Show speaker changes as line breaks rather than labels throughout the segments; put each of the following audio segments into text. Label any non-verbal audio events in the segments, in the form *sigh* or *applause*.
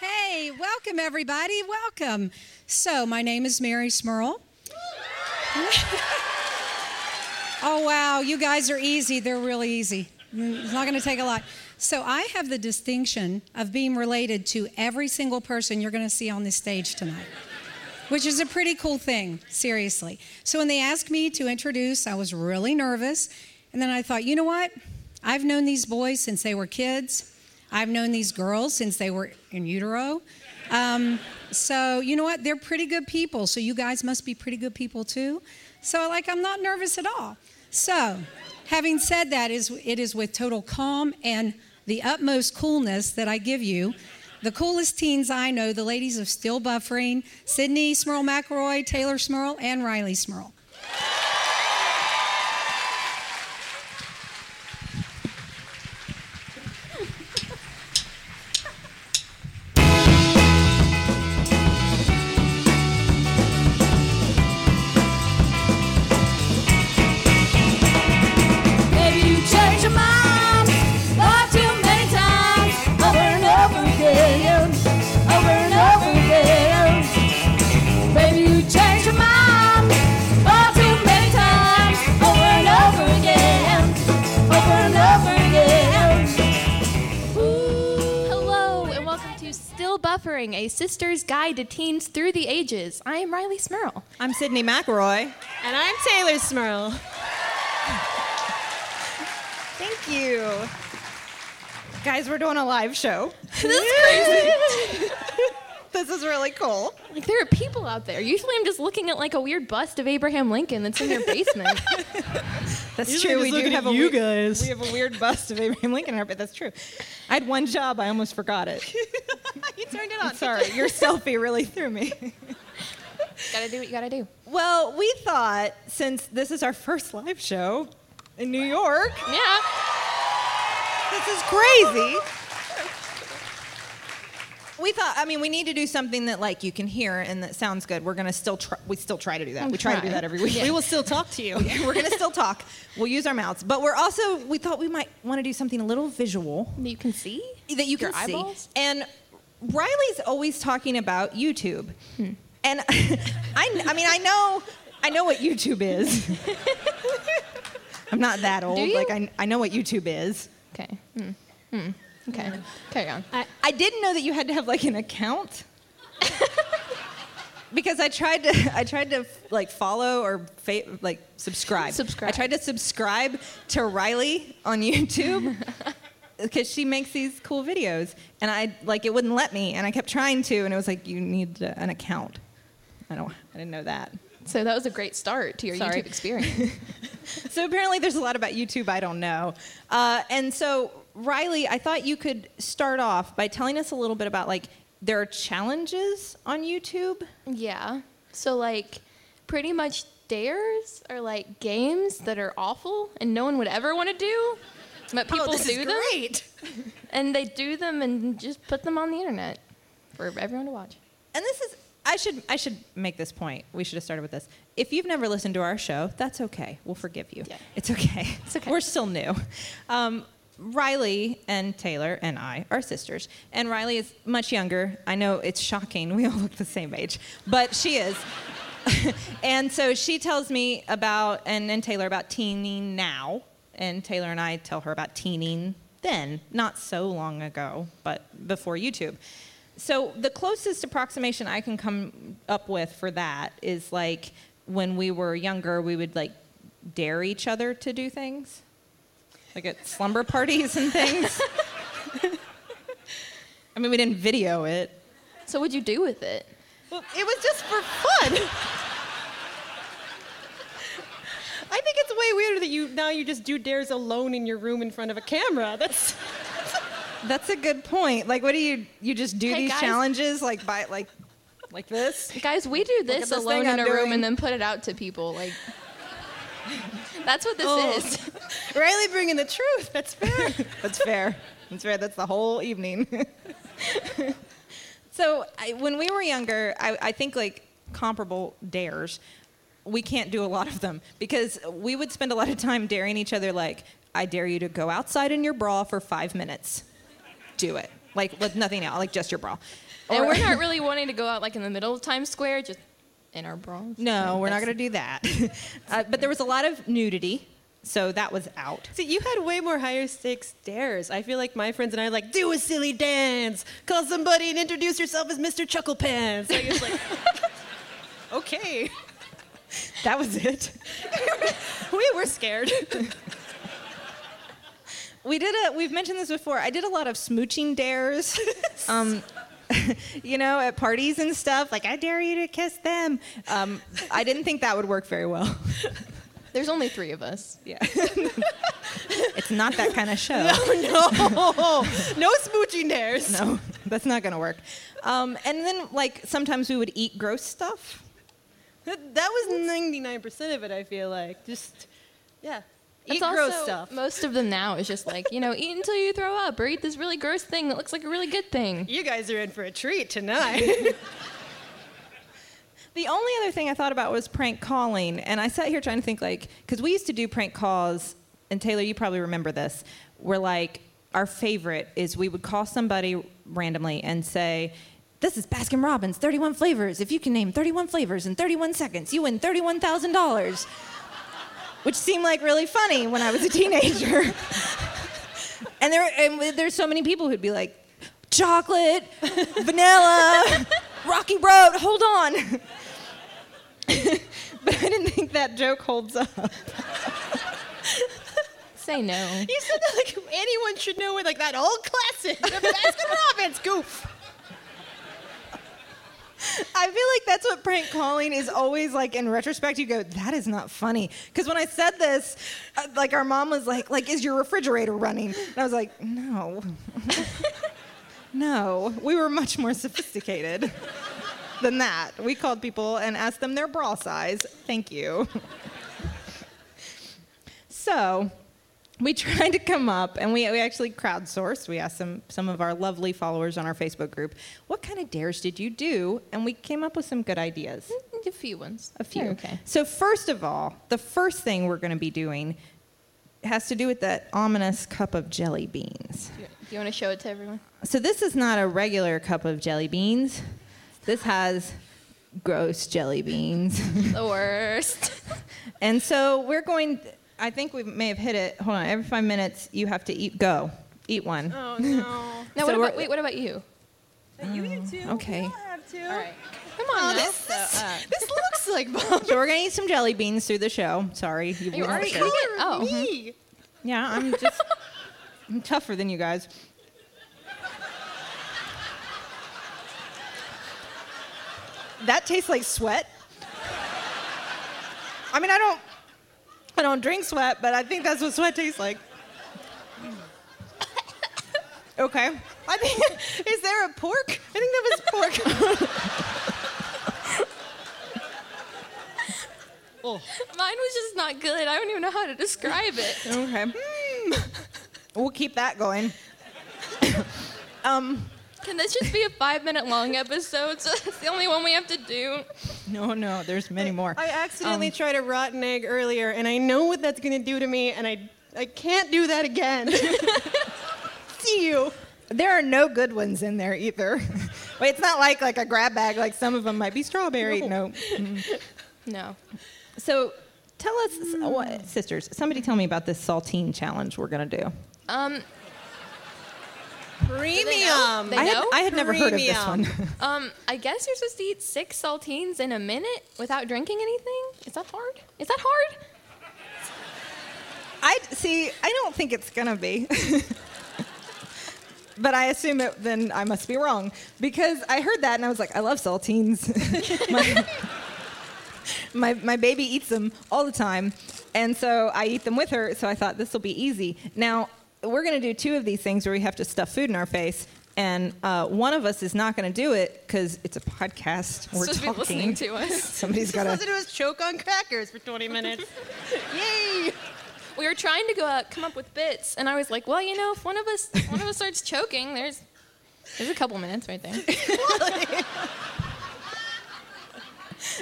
Hey, welcome everybody. Welcome. So, my name is Mary Smurl. *laughs* oh, wow. You guys are easy. They're really easy. It's not going to take a lot. So, I have the distinction of being related to every single person you're going to see on this stage tonight, which is a pretty cool thing, seriously. So, when they asked me to introduce, I was really nervous. And then I thought, you know what? I've known these boys since they were kids. I've known these girls since they were in utero. Um, so, you know what? They're pretty good people. So, you guys must be pretty good people too. So, like, I'm not nervous at all. So, having said that, is it is with total calm and the utmost coolness that I give you. The coolest teens I know, the ladies of Still Buffering, Sydney Smurl McElroy, Taylor Smurl, and Riley Smurl.
Maybe you change your mind. Love too many times. Over and over again. Over and over again. Maybe you change your mind. Love too many times. Over and over again. Over and over again.
Hello, and welcome to Still Buffering, a sister's guide to teens through the ages. I am Riley Smurl.
I'm Sydney McElroy.
And I'm Taylor Smurl.
Thank you. Guys, we're doing a live *laughs* show. *laughs* This is really cool.
Like, there are people out there. Usually, I'm just looking at like a weird bust of Abraham Lincoln that's in their basement.
That's
Usually
true.
just
We do
looking
have
at
a
you
weird,
guys.
We have a weird bust of Abraham Lincoln here, but that's true. I had one job. I almost forgot it. *laughs*
You turned it
I'm sorry. Your selfie really threw me.
gotta do what you gotta do.
*laughs* Well, we thought since this is our first live show in New York,
Yeah.
this is crazy. *laughs* We thought, I mean, we need to do something that like you can hear and that sounds good. We're gonna still try. We still try to do that. we try to do
try.
that every week.
We will still talk to you.
*laughs* we're gonna still talk. We'll use our mouths, but we're also we thought we might want to do something a little visual
You can see.
that you
Your
can see.
eyeballs?
And Riley's always talking about YouTube, and *laughs* I, I mean, I know, I know what YouTube is. I'm not that old.
you?
Like I, I know what YouTube is.
Okay. Hmm. Hmm. Okay. Carry on.
I didn't know that you had to have like an account. because I tried to I tried to like follow or fa- like subscribe.
Subscribe.
I tried to subscribe to Riley on *laughs* YouTube cuz she makes these cool videos and I like it wouldn't let me and I kept trying to and it was like you need uh, an account. I don't I didn't know that.
So that was a great start to your
Sorry.
YouTube experience.
So apparently, there's a lot about YouTube I don't know. Uh, and so, Riley, I thought you could start off by telling us a little bit about like there are challenges on YouTube.
yeah. So like, pretty much dares are like games that are awful and no one would ever want to do, but
Oh,
people
this
do
is
them.
great.
*laughs* And they do them and just put them on the internet for everyone to watch.
And this is I should I should make this point. We should have started with this. If you've never listened to our show, that's okay. We'll forgive you.
Yeah.
It's okay.
*laughs* It's okay.
We're still new. Um, Riley and Taylor and I are sisters, and Riley is much younger. I know it's shocking. We all look the same age, but she is. and so she tells me about and, and Taylor about teening now, and Taylor and I tell her about teening then, not so long ago, but before YouTube. So the closest approximation I can come up with for that is like when we were younger, we would like dare each other to do things, like at slumber parties and things. I mean, we didn't video it.
So what'd you do with it?
Well, it was just for fun.
I think it's way weirder that you now you just do dares alone in your room in front of a camera. That's
That's a good point. Like, what do you you just do
Hey,
these
guys.
challenges like by like like this?
Guys, we do
at
this,
this
alone
thing
in a
I'm
room
doing.
and then put it out to people.
*laughs*
Like that's what this
Oh.
is.
*laughs*
Riley bringing the truth. That's fair.
That's fair. That's fair. That's the whole evening. *laughs* so I, when we were younger, I, I think like comparable dares, we can't do a lot of them because we would spend a lot of time daring each other. Like, I dare you to go outside in your bra for five minutes. Do it. like with nothing else, like just your bra.
And
Or-
we're not really wanting to go out like in the middle of Times Square, just in our bras.
*laughs* No, we're not
That's-
going to do that. *laughs* uh, but there was a lot of nudity, so that was out.
See, you had way more higher stakes dares. I feel like my friends and I are like, do a silly dance, call somebody and introduce yourself as Mr. Chuckle Pants. Like, it's like, okay.
*laughs* That was it.
*laughs* We were scared.
We did a. We've mentioned this before. I did a lot of smooching dares.
*laughs*
um, *laughs* you know, at parties and stuff. Like, I dare you to kiss them. Um, I didn't think that would work very
*laughs*
well.
There's only three of us.
Yeah. it's not that kind of show. *laughs*
no, no smooching dares.
No, that's not going to work. Um, and then, like, sometimes we would eat gross stuff.
*laughs* That, that was 99% of it, I feel like. Just, yeah. Eat
That's
gross
also-
stuff.
Most of them now is just like, you know, eat until you throw up or eat this really gross thing that looks like a really good thing.
you guys are in for a treat tonight. *laughs*
The only other thing I thought about was prank calling, and I sat here trying to think like, because we used to do prank calls, and Taylor, you probably remember this. We're like, our favorite is we would call somebody randomly and say, "This is Baskin Robbins, 31 flavors. If you can name 31 flavors in 31 seconds, you win thirty-one thousand dollars." Which seemed like really funny when I was a teenager. *laughs* and there, and there's so many people who'd be like, "Chocolate, vanilla." Rocky Road, hold on but *laughs* I didn't think that joke holds up.
Say no.
you said that like anyone should know it, like that old classic,
*laughs*
the Baskin Robbins goof.
I feel like that's what prank calling is always like. In retrospect, you go, "That is not funny." Because when I said this, uh, like our mom was like, "Like, is your refrigerator running?" And I was like, "No, no." We were much more sophisticated than that. We called people and asked them their bra size. Thank you. So we tried to come up and we, we actually crowdsourced. We asked some, some of our lovely followers on our Facebook group, what kind of dares did you do? And we came up with some good ideas.
A few ones.
A few.
They're Okay.
So, first of all, the first thing we're going to be doing has to do with that ominous cup of jelly beans.
Do you want to show it to everyone?
So, this is not a regular cup of jelly beans, this has gross jelly beans. *laughs*
The worst.
And so we're going. I think we may have hit it. Hold on. Every five minutes, you have to eat. Go, eat one.
Oh, no.
Now, what
So we're-
about, wait, what about you?
you do too.
okay. Oh,
I have to.
All right. Come on, now.
This,
*laughs*
this looks like Bob.
So we're gonna eat some jelly beans through the show. Sorry, you
You
wouldn't
already
show.
ate it? Oh.
Me.
Yeah, I'm *laughs* just. I'm tougher than you guys. That tastes like sweat. I mean, I don't. I don't drink sweat, but I think that's what sweat tastes like. Okay.
I think, is there a pork? I think that was pork.
Mine was just not good. I don't even know how to describe it.
Okay. Hmm. We'll keep that going. um,
Can this just be a five minute long episode? *laughs* So that's the only one we have to do.
no, no, there's many more.
I accidentally
Um.
tried a rotten egg earlier, and I know what that's going to do to me, and I, I can't do that again. *laughs* See you.
There are no good ones in there either. *laughs* Wait, it's not like like a grab bag. Like some of them might be strawberry. No.
No.
So, tell us, what, sisters. Somebody tell me about this saltine challenge we're gonna do.
Um,
Premium.
They
I had,
know?
I had never heard of this
Premium.
one.
um, I guess you're supposed to eat six saltines in a minute without drinking anything. Is that hard? Is that hard?
I see. I don't think it's gonna be. *laughs* But I assume it, then I must be wrong because I heard that and I was like, I love saltines. *laughs* my, my, my baby eats them all the time. And so I eat them with her. So I thought this will be easy. Now, we're going to do two of these things where we have to stuff food in our face. And uh, one of us is not going to do it because it's a podcast. We're
supposed
talking.
to be listening to
*laughs*
us.
Somebody's got
All
to.
I do is choke on crackers for 20 *laughs* minutes. Yay!
We were trying to go out, come up with bits, and I was like, well, you know, if one of us if one of us starts choking, there's there's a couple minutes right there.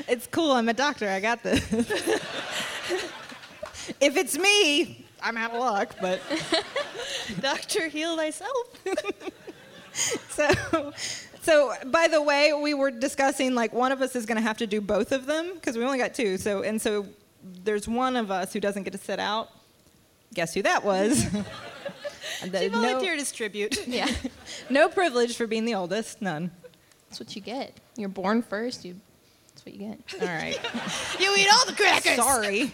It's cool. I'm a doctor. I got this. *laughs* if it's
*laughs*
me, I'm out of luck. But
Doctor, heal thyself.
*laughs* so so by the way we were discussing like one of us is going to have to do both of them because we only got two so and so there's one of us who doesn't get to sit out guess who that
*laughs*
was
She
The- no-
volunteered as tribute.
Yeah,
no privilege for being the oldest none
that's what you get. You're born first. You, that's what you get.
all
*laughs*
right
*laughs* You eat all the crackers.
sorry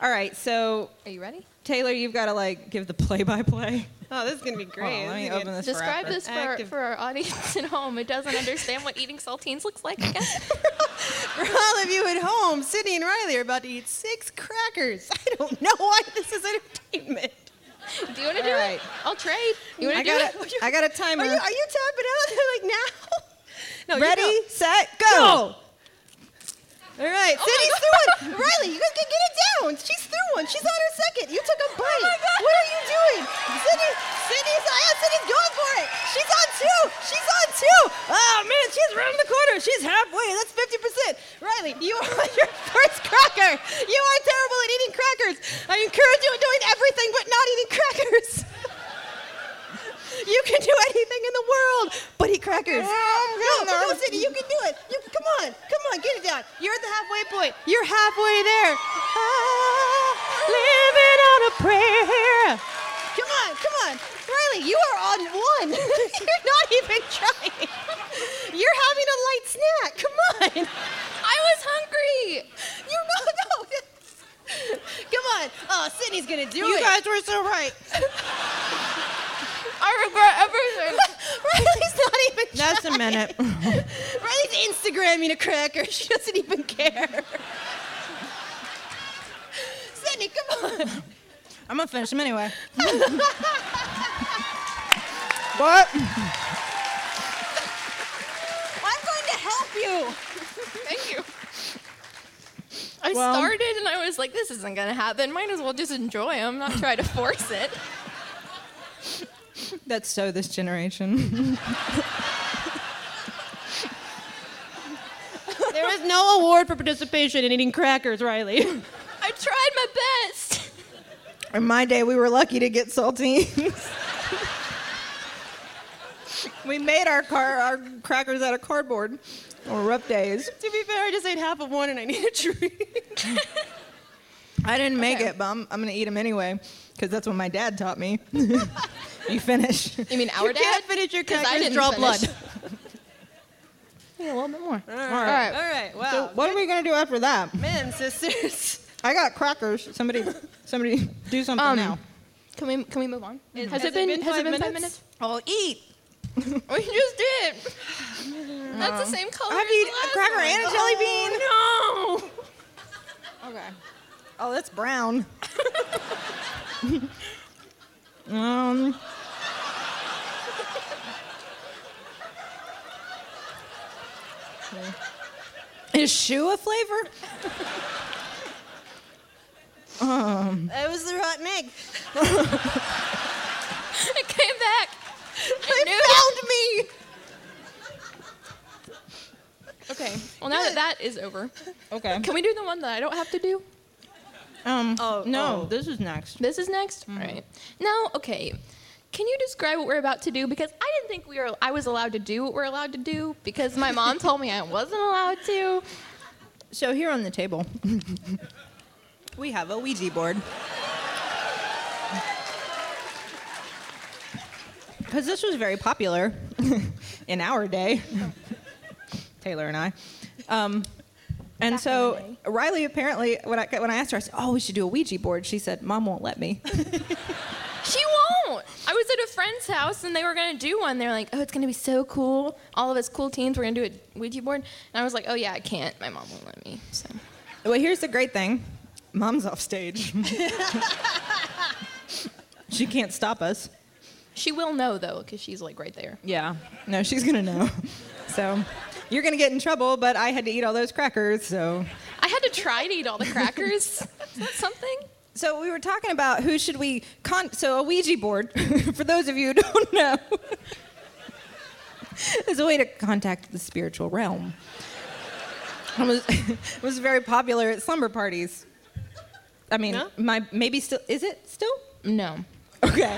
all right so
Are you ready?
taylor you've got to like give the play-by-play
Oh, this is gonna be
Hold on,
great.
let
This
me
is good.
open this
Describe
forever.
this for our,
Active-
for our audience at home. It doesn't understand what eating saltines looks like. I guess.
For all of you at home, Sydney and Riley are about to eat six crackers. *laughs* I don't know why this is entertainment.
Do you want to do
right.
it? I'll trade. You want
I
to do
got
it? *laughs*
a, I got a timer
Are you, are you tapping out *laughs* like now? No,
ready
You
set go,
go. All right, Sydney's through it. Riley, you guys can get it down. She's through one. She's on her second. You took a bite. What are you doing? Sydney, Sydney's, yeah, Sydney's going for it. She's on two. She's on two. Oh, man, she's around the corner. She's halfway. That's 50%. Riley, you *laughs* are on your first cracker. You are terrible at eating crackers. I encourage you at doing everything but not eating crackers. *laughs* You can do anything in the world, but eat crackers. No, no, Sydney, you can do it. You come on, come on, get it down. You're at the halfway point. You're halfway there. Ah, living on a prayer. Come on, come on, Riley. You are on one. *laughs* You're not even trying. You're having a light snack. Come on.
I was hungry.
You're not. No. *laughs* Come on. Oh, Sydney's gonna do it.
were so right
I regret everything.
*laughs* Riley's not even.
That's a
trying.
minute.
*laughs* Riley's Instagramming a cracker. She doesn't even
*laughs*
care. Sydney, come on.
I'm gonna finish them anyway. what?
I'm going to help you.
Thank you. I
Well-
started and I was like, this isn't going to happen. Might as well just enjoy them, not try to force it.
That's so this generation. *laughs*
There is no award for participation in eating crackers, *laughs* Riley.
I tried my best.
In my day, we were lucky to get saltines. *laughs* we made our car our crackers out of cardboard on rough days.
to be fair, I just ate half of one and I need a treat.
I didn't make
Okay.
it, but I'm, I'm gonna eat them anyway because that's what my dad taught me. *laughs* you finish.
You mean our
you
dad?
can't finish your
'Cause I
crackers.
didn't
draw
finish.
blood.
Yeah, a little bit more.
All
All right.
All right. Wow.
So what are we gonna do after that?
Men, sisters.
I got crackers. Somebody, somebody, do something
Um,
now.
Can we can we move on?
Is-
has, it been, has it been five minutes?
Oh, eat.
*laughs* We just *laughs* did. That's the same color.
I have to
as the
eat a
last
cracker
one.
and a jelly bean.
No.
Okay. Oh, that's brown. *laughs* um. Is shoe a flavor?
That was the rotten egg.
*laughs* It came back. I knew
Found me.
it. Okay. Well, now that that is over,
Okay.
can we do the one that I don't have to do?
Um.
Oh,
no,
oh.
this is next.
This is next. All right. Now, okay. Can you describe what we're about to do? Because I didn't think we were. I was allowed to do what we're allowed to do because my mom told me I wasn't allowed to.
So here on the table, we have a Ouija board. Because this was very popular *laughs* in our day, Taylor and I. Um, and
Back in
so Riley apparently, when I when I asked her, I said, "Oh, we should do a Ouija board." She said, "Mom won't let me."
She won't. I was at a friend's house and they were gonna do one. They're like, "Oh, it's gonna be so cool. All of us cool teens. We're gonna do a Ouija board." And I was like, "Oh yeah, I can't. My mom won't let me." So
Well, here's the great thing mom's off stage. she can't stop us.
she will know though, because she's like right there.
Yeah. No, she's going to know. So you're going to get in trouble, but I had to eat all those crackers, so.
I had to try to eat all the crackers. Is that something?
So we were talking about who should we con so a Ouija board *laughs* for those of you who don't know *laughs* is a way to contact the spiritual realm. It was, *laughs* it was very popular at slumber parties. I mean,
No?
my maybe still is it still?
No.
Okay.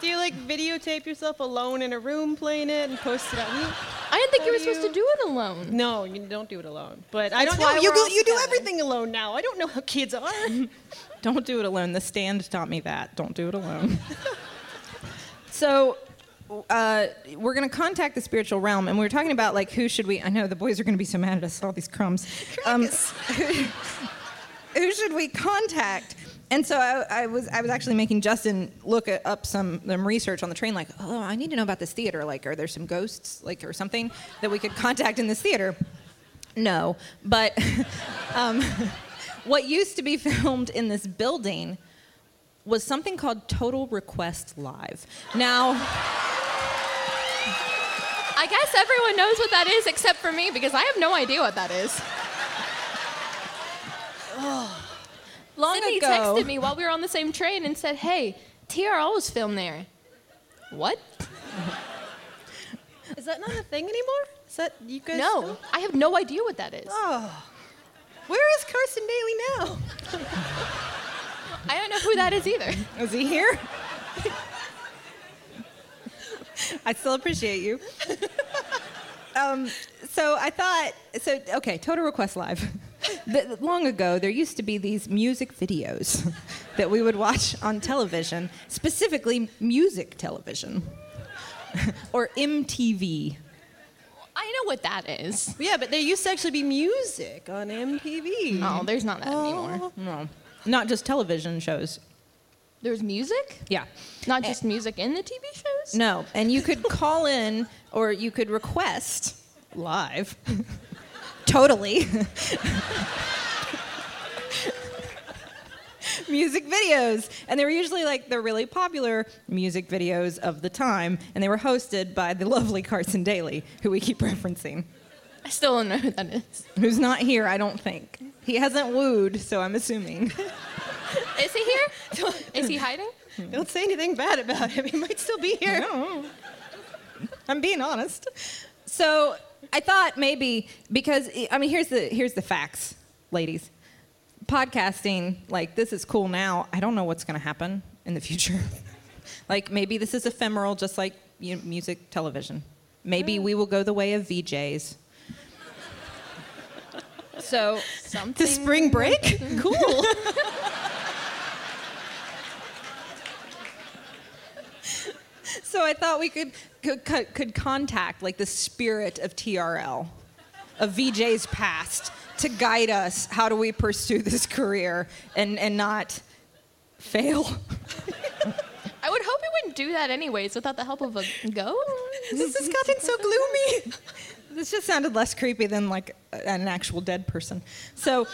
Do you like like videotape yourself alone in a room playing it and post it on you?
I didn't think you were supposed
you-
to do it alone.
No, you don't do it alone. But I don't
why
know. You
we're
go,
all
you do
together.
everything alone now. I don't know how kids are. *laughs*
Don't do it alone. The stand taught me that. Don't do it alone. so, uh, we're going to contact the spiritual realm, and we were talking about like who should we? I know the boys are going to be so mad at us. All these crumbs. Um, *laughs* who should we contact? And so I, I was I was actually making Justin look a- up some some research on the train. Like, oh, I need to know about this theater. Like, are there some ghosts like or something that we could contact in this theater? No, but *laughs* um, *laughs* what used to be filmed in this building was something called Total Request Live. Now,
I guess everyone knows what that is except for me because I have no idea what that is.
*sighs* long
Sydney
ago,
texted me while we were on the same train and said, "Hey, TRL was filmed there." What?
Is that not a thing anymore? Is that you guys?
No,
still-
I have no idea what that is.
Oh. Where is Carson Daly now?
I don't know who that is either. *laughs*
is he here? I still appreciate you. um, so I thought, so okay, Total Request Live. The, long ago, there used to be these music videos that we would watch on television, specifically music television, or MTV.
I know what that is.
Yeah, but there used to actually be music on MTV.
Oh, there's not that anymore.
No, not just television shows.
There's music,
Yeah.
not just music in the TV shows.
Eh. No, and you could call in or you could request live. totally. music videos. And they were usually like the really popular music videos of the time, and they were hosted by the lovely Carson Daly, who we keep referencing.
I still don't know who that is.
Who's not here, I don't think. He hasn't wooed, so I'm assuming.
Is he
*laughs*
here? is he hiding?
Don't say anything bad about him. He might still be here.
No. I'm being honest. So I thought maybe because I mean here's the here's the facts, ladies. Podcasting, like this is cool now. I don't know what's gonna happen in the future. *laughs* like maybe this is ephemeral, just like you know, music, television. Maybe we will go the way of VJs. so
Something.
To spring *laughs* break? cool.
So I thought we could could, could could contact like the spirit of TRL, of VJ's past, to guide us. How do we pursue this career and and not fail? *laughs*
I would hope he wouldn't do that anyways without the help of a ghost.
this has gotten so gloomy. This just sounded less creepy than like a- an actual dead person. So,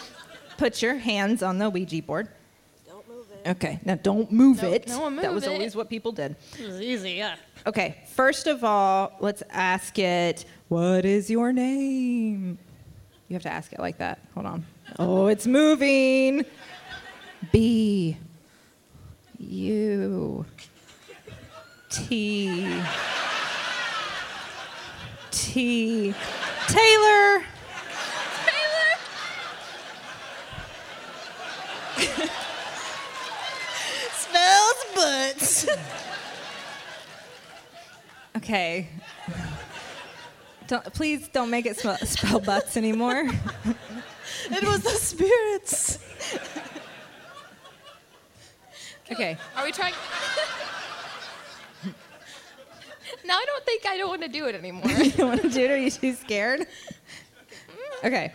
put your hands on the Ouija board. Don't move it. Okay, now don't move
No-
it.
no one
that was
move it.
always what people did.
Easy, yeah.
Okay, first of all, let's ask it, what is your name? You have to ask it like that. Hold on. Oh, it's moving. B U T T Taylor.
Smells butts.
*laughs* Okay. Don't, please don't make it smell, spell butts anymore.
it was the spirits.
Okay.
Are we trying? now I don't think I don't want to do it *laughs* anymore.
*laughs* you don't want to do it? Are you too scared? *laughs* Okay.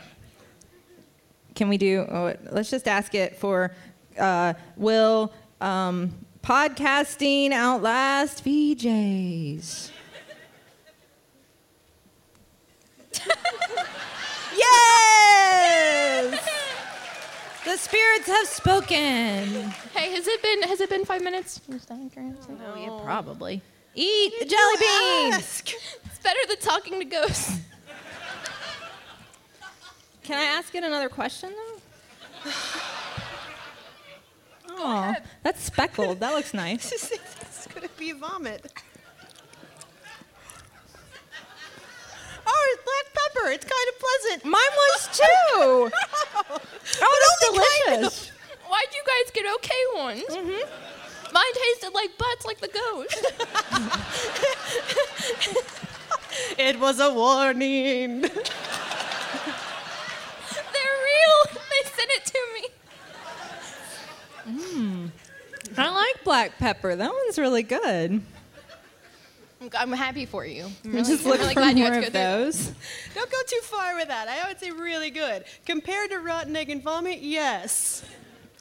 Can we do? Oh, let's just ask it for. Uh, will um, podcasting outlast VJs? *laughs* yes. The spirits have spoken.
hey, has it been has it been five minutes? It's
Probably. Eat the jelly beans.
better than talking to ghosts.
Can I ask it another question though? Oh, that's speckled. That looks
*laughs*
nice.
it's gonna be vomit.
Oh,
It's black pepper. It's kind of pleasant.
mine was
*laughs*
too. oh, that's
only kind
delicious.
Why'd you guys get okay ones? Mm-hmm. Mine tasted like butts, like the ghost.
It was a
*laughs*
warning. *laughs*
They're real. *laughs* They sent it to me.
I like black pepper. That one's really good.
I'm, I'm happy for you. I'm
I'm
really,
just
I'm
look
really
for
glad you
more
had to go
of
through.
those.
Don't go too far with that. I would say really good. Compared to rotten egg and vomit, yes.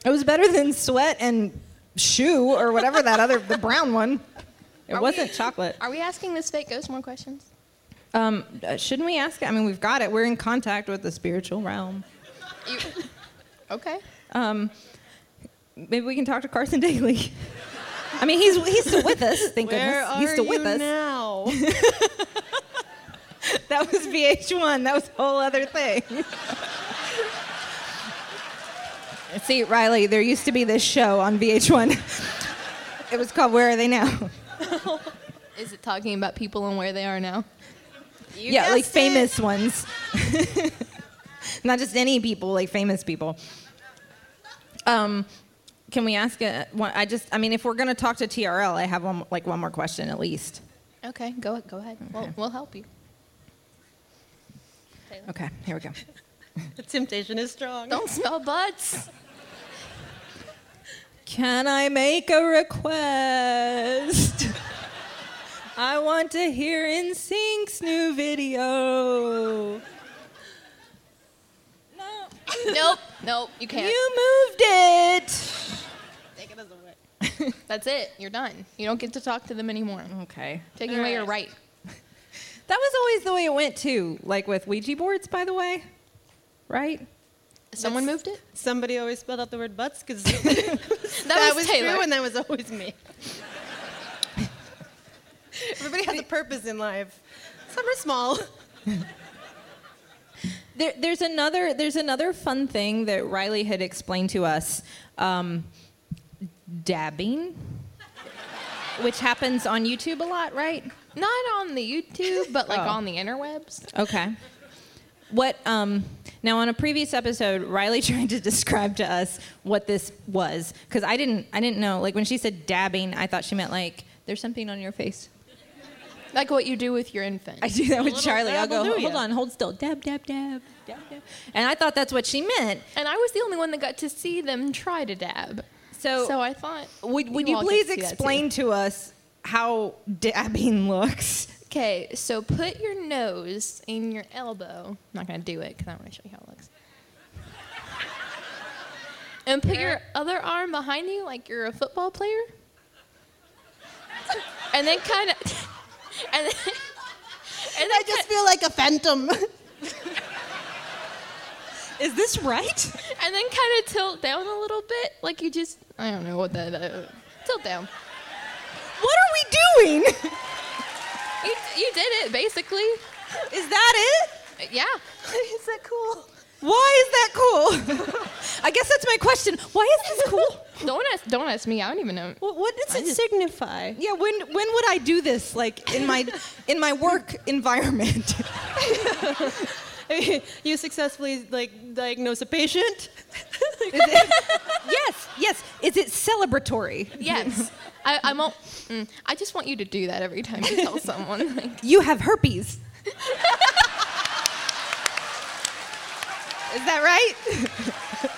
It was better than sweat and shoe or whatever that other the brown one. It
Are
wasn't
we-
chocolate.
Are we asking this fake ghost more questions?
Um, uh, shouldn't we ask? it? I mean, we've got it. We're in contact with the spiritual realm.
You, okay.
Um, maybe we can talk to Carson *laughs* Daly. I mean, he's he's still with us. Thank
Where
goodness,
are
he's still with
you
us.
*laughs* now?
That was VH1. That was a whole other thing. See, Riley, there used to be this show on VH1. It was called Where Are They Now?
Is it talking about people and where they are now?
You
yeah, like
guessed it.
famous ones. *laughs* Not just any people, like famous people. Um, can we ask a, one- I just, I mean, if we're going to talk to TRL, I have one, like one more question at least.
Okay, go go ahead. We'll, we'll help you.
Okay, here we go.
The temptation is
*laughs*
strong.
Don't smell butts.
Can I make a request? *laughs* I want to hear NSYNC's new video. No,
nope, nope, you can't.
you moved it.
Take it as a win.
That's it. You're done. You don't get to talk to them anymore.
Okay.
Taking away your right.
That was always the way it went too, like with Ouija boards, by the way. Right?
Someone moved it.
Somebody always spelled out the word butts *laughs* because that,
That,
was
Taylor.
true and that was always *laughs* me. Everybody has a purpose in life. Some are small.
There, there's another there's another fun thing that Riley had explained to us, um, dabbing, which happens on YouTube a lot, right?
Not on the YouTube, but like
Oh.
on the interwebs.
Okay. What um, now on a previous episode, Riley *laughs* tried to describe to us what this was because I didn't I didn't know like when she said dabbing, I thought she meant like there's something on your face. *laughs*
Like what you do with your infant.
I do that with
little
Charlie. I'll
dab will
go
do
hold
ya."
on, hold still, dab dab dab dab dab, and I thought that's what she meant.
and I was the only one that got to see them try to dab.
So
so I thought.
Would, would you
all get
please
to see that too.
explain to us how dabbing *laughs* looks?
Okay, so put your nose in your elbow. I'm not gonna do it because I want to show you how it looks. And put your other arm behind you like you're a football player. And then kind of, *laughs* and then, and then
just feel like a phantom. *laughs*
Is this right?
and then kind of tilt down a little bit, like you just I don't know what that uh, tilt down.
What are we doing?
You you did it basically.
Is that it?
Yeah. *laughs*
is that cool?
Why is that cool? *laughs* I guess that's my question. Why is this cool?
Don't ask don't ask me. I don't even know.
What, what does it signify?
Yeah, when when would I do this? Like in my in my work environment.
*laughs*
*laughs*
you successfully like diagnose a patient. *laughs*
yes, yes. Is it celebratory?
Yes. *laughs* I, I won't. Mm, I just want you to do that every time you *laughs* tell someone. Like,
You have herpes. Is that *laughs* right?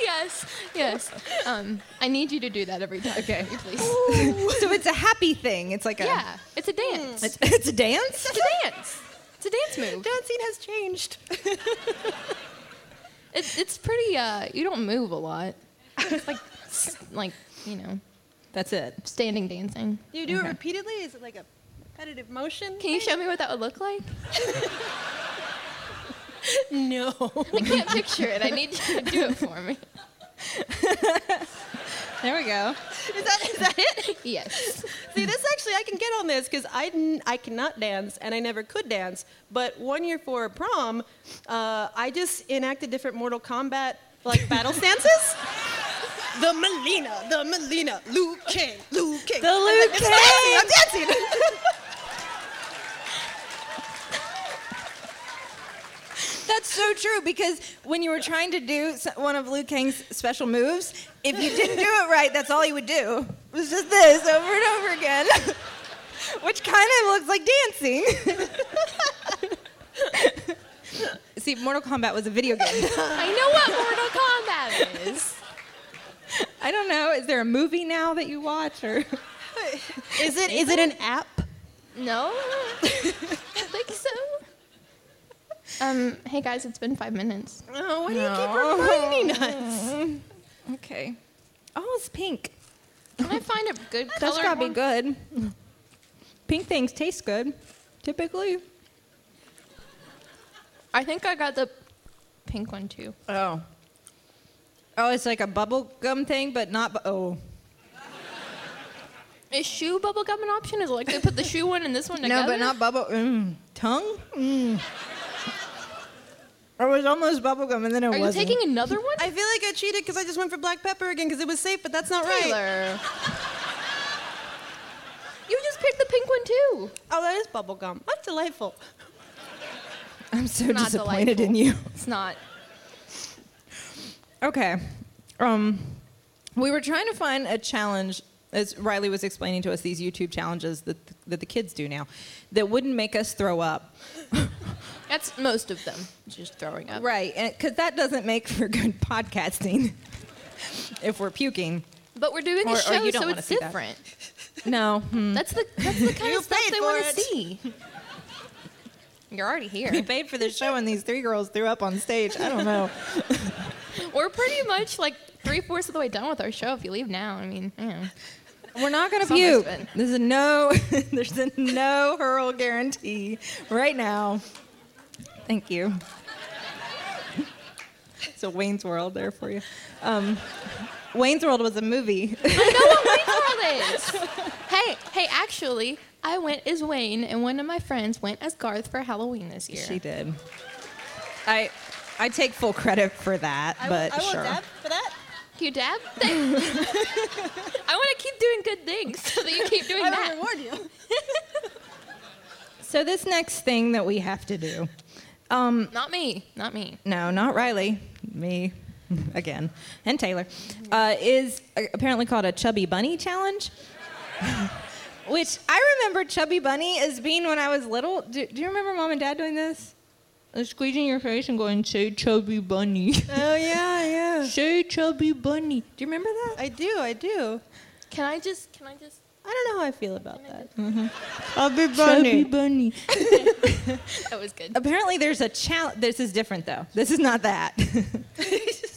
yes, yes. Um, I need you to do that every time. Okay, please.
so it's a happy thing. It's like
*laughs*
a
Yeah, Hmm. it's a dance.
It's, it's a dance.
It's a dance. It's a dance move.
Dancing has changed.
It's it's pretty. Uh, you don't move a lot. It's like s- *laughs* like you know
That's it.
standing dancing.
*laughs* You do it repeatedly. Is it like a repetitive motion?
Can you show me what that would look like?
No.
I can't picture it. I need you to do it for *laughs* me.
There we go.
*laughs* Is that, is that it?
Yes.
*laughs* See, this actually, I can get on this because I, n- I cannot dance and I never could dance. But one year for prom, uh, I just enacted different Mortal Kombat like *laughs* battle stances. The Melina, the Melina, Liu Kang, Liu Kang.
The Liu
I'm like, "It's dancing, I'm dancing.
That's so true because when you were trying to do s- one of Liu Kang's special moves, if you didn't do it right, that's all you would do. It was just this over and over again, *laughs* which kind of looks like dancing. *laughs* See, Mortal Kombat was a video game.
I know what Mortal Kombat is.
I don't know. Is there a movie now that you watch or?
Is it is it an app?
*laughs* No? I think so. Um, hey guys, it's been five minutes.
Oh, why do you keep reminding us?
Okay. Oh, it's pink.
Can I find a good
That's
color?
gotta be good. Pink things taste good, typically.
I think I got the pink one too.
Oh. Oh, it's like a bubble gum thing, but not. Bu- oh.
Is shoe bubblegum an option? Is it like they put the shoe one and this one together?
No, but not bubble. Mm. Tongue? Mm. It was almost bubble gum, and then it
Are you
wasn't.
taking another one?
I feel like I cheated because I just went for black pepper again because it was safe, but that's not right.
Taylor. you just picked the pink one too.
Oh, that is bubble gum. That's delightful.
*laughs* I'm so
Not
disappointed
delightful.
in you.
It's not.
Okay. Um, we were trying to find a challenge, as Riley was explaining to us, these YouTube challenges that, that the kids do now, that wouldn't make us throw up.
That's most of them. Just throwing up.
Right, because that doesn't make for good podcasting if we're puking.
But we're doing
Or- or
a show,
you don't
so
wanna
it's
see that.
different.
No. hmm.
That's the that's the kind
You
of stuff
paid
they
for
want
it.
to see. You're already
We
here.
paid for this show, and these three girls threw up on stage. I don't *laughs* know.
We're pretty much like three fourths of the way done with our show. If you leave now, I mean, yeah.
We're not gonna
Something's
puke.
been-
There's a no. *laughs* there's a no hurl guarantee right now. Thank you. It's a Wayne's World there for you. Um, Wayne's World was a movie. *laughs*
hey, hey, actually, I went as Wayne, and one of my friends went as Garth for Halloween this year.
she did. I I take full credit for that, but
I want
sure.
dab for that.
You *laughs* dab? Thank- I want to keep doing good things so that you keep doing
I
that.
will reward you.
*laughs* So this next thing that we have to do. Um,
Not me. Not me.
no, not Riley, me again, and Taylor, uh, is a- apparently called a Chubby Bunny Challenge. *laughs* Which I remember Chubby Bunny as being when I was little. Do, do you remember mom and dad doing this? Uh, Squeezing your face and going, say Chubby Bunny.
Oh yeah,
*laughs*
yeah.
say Chubby Bunny. Do you remember that?
I do, I do.
Can I just? Can I just?
I don't know how I feel about that.
Mm-hmm.
I'll be
Chubby Bunny.
That was good.
Apparently, there's a challenge. This is different, though. This is not that. *laughs*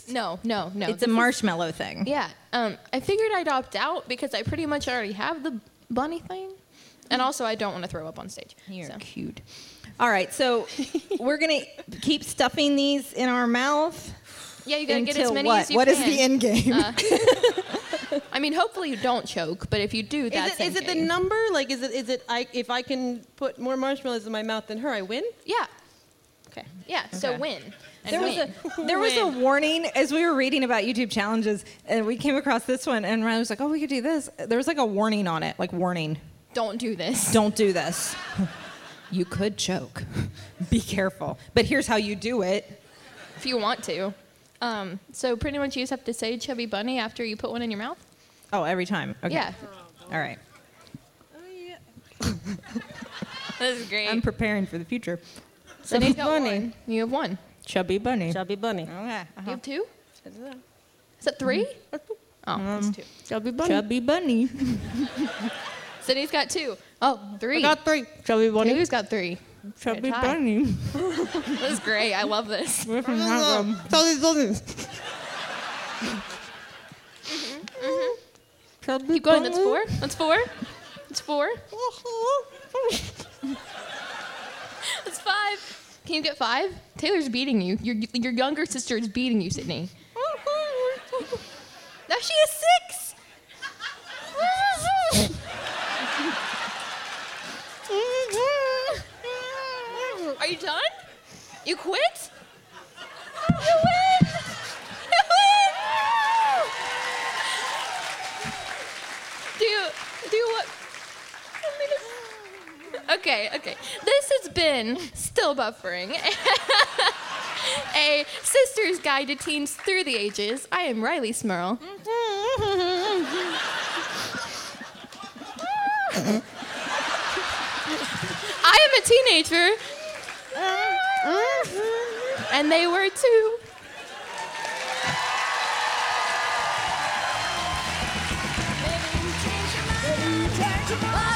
No, no, no.
it's a marshmallow thing.
yeah. Um, I figured I'd opt out because I pretty much already have the bunny thing, and also I don't want to throw up on stage.
You're
so.
cute. All right, *laughs* so we're gonna keep stuffing these in our mouth
Yeah, you gotta
until
get as many
what?
as you
What
can. Uh,
is the end game? *laughs*
I mean, hopefully you don't choke, but if you do, that's
Is it, is it the
endgame.
number? Like, is it is it I, if I can put more marshmallows in my mouth than her, I win?
Yeah,
Okay.
yeah. So
Okay.
win. And
there was
win.
a there was a warning as we were reading about YouTube challenges, and we came across this one, and Ryan was like, "Oh, we could do this." There was like a warning on it, like warning,
Don't do this. *laughs*
don't do this. *laughs* You could choke. *laughs* Be careful. But here's how you do it.
if you want to. Um, so pretty much you just have to say chubby bunny after you put one in your mouth.
Oh, every time. Okay.
Yeah. *laughs*
All right.
That's great.
I'm preparing for the future.
so
Chubby
he's got
bunny.
one. You have one.
Chubby bunny.
Chubby bunny.
Okay. uh-huh.
You have two? Is that 3
Mm-hmm.
Oh,
Um.
that's two.
Chubby bunny.
Chubby bunny.
Sydney's got two. Oh, three.
I got three. Chubby bunny.
Lou's got three.
Chubby
Good tie.
bunny.
*laughs* This is great. I love this.
We're from that room.
Chubby bunny.
Mm-hmm. Chubby
Keep going. That's four.
Mm-hmm.
That's four. That's four.
Uh-huh.
That's five. Can you get five? Taylor's beating you. Your, your younger sister is beating you, Sydney.
Uh-huh.
Now she has six.
Uh-huh.
Are you done? You quit? You win! You win! Do you, do you what? Okay, okay. This has been still buffering. *laughs* a sister's guide to teens through the ages. I am Riley Smurl. *laughs* I am a teenager. And they were too.
Oh,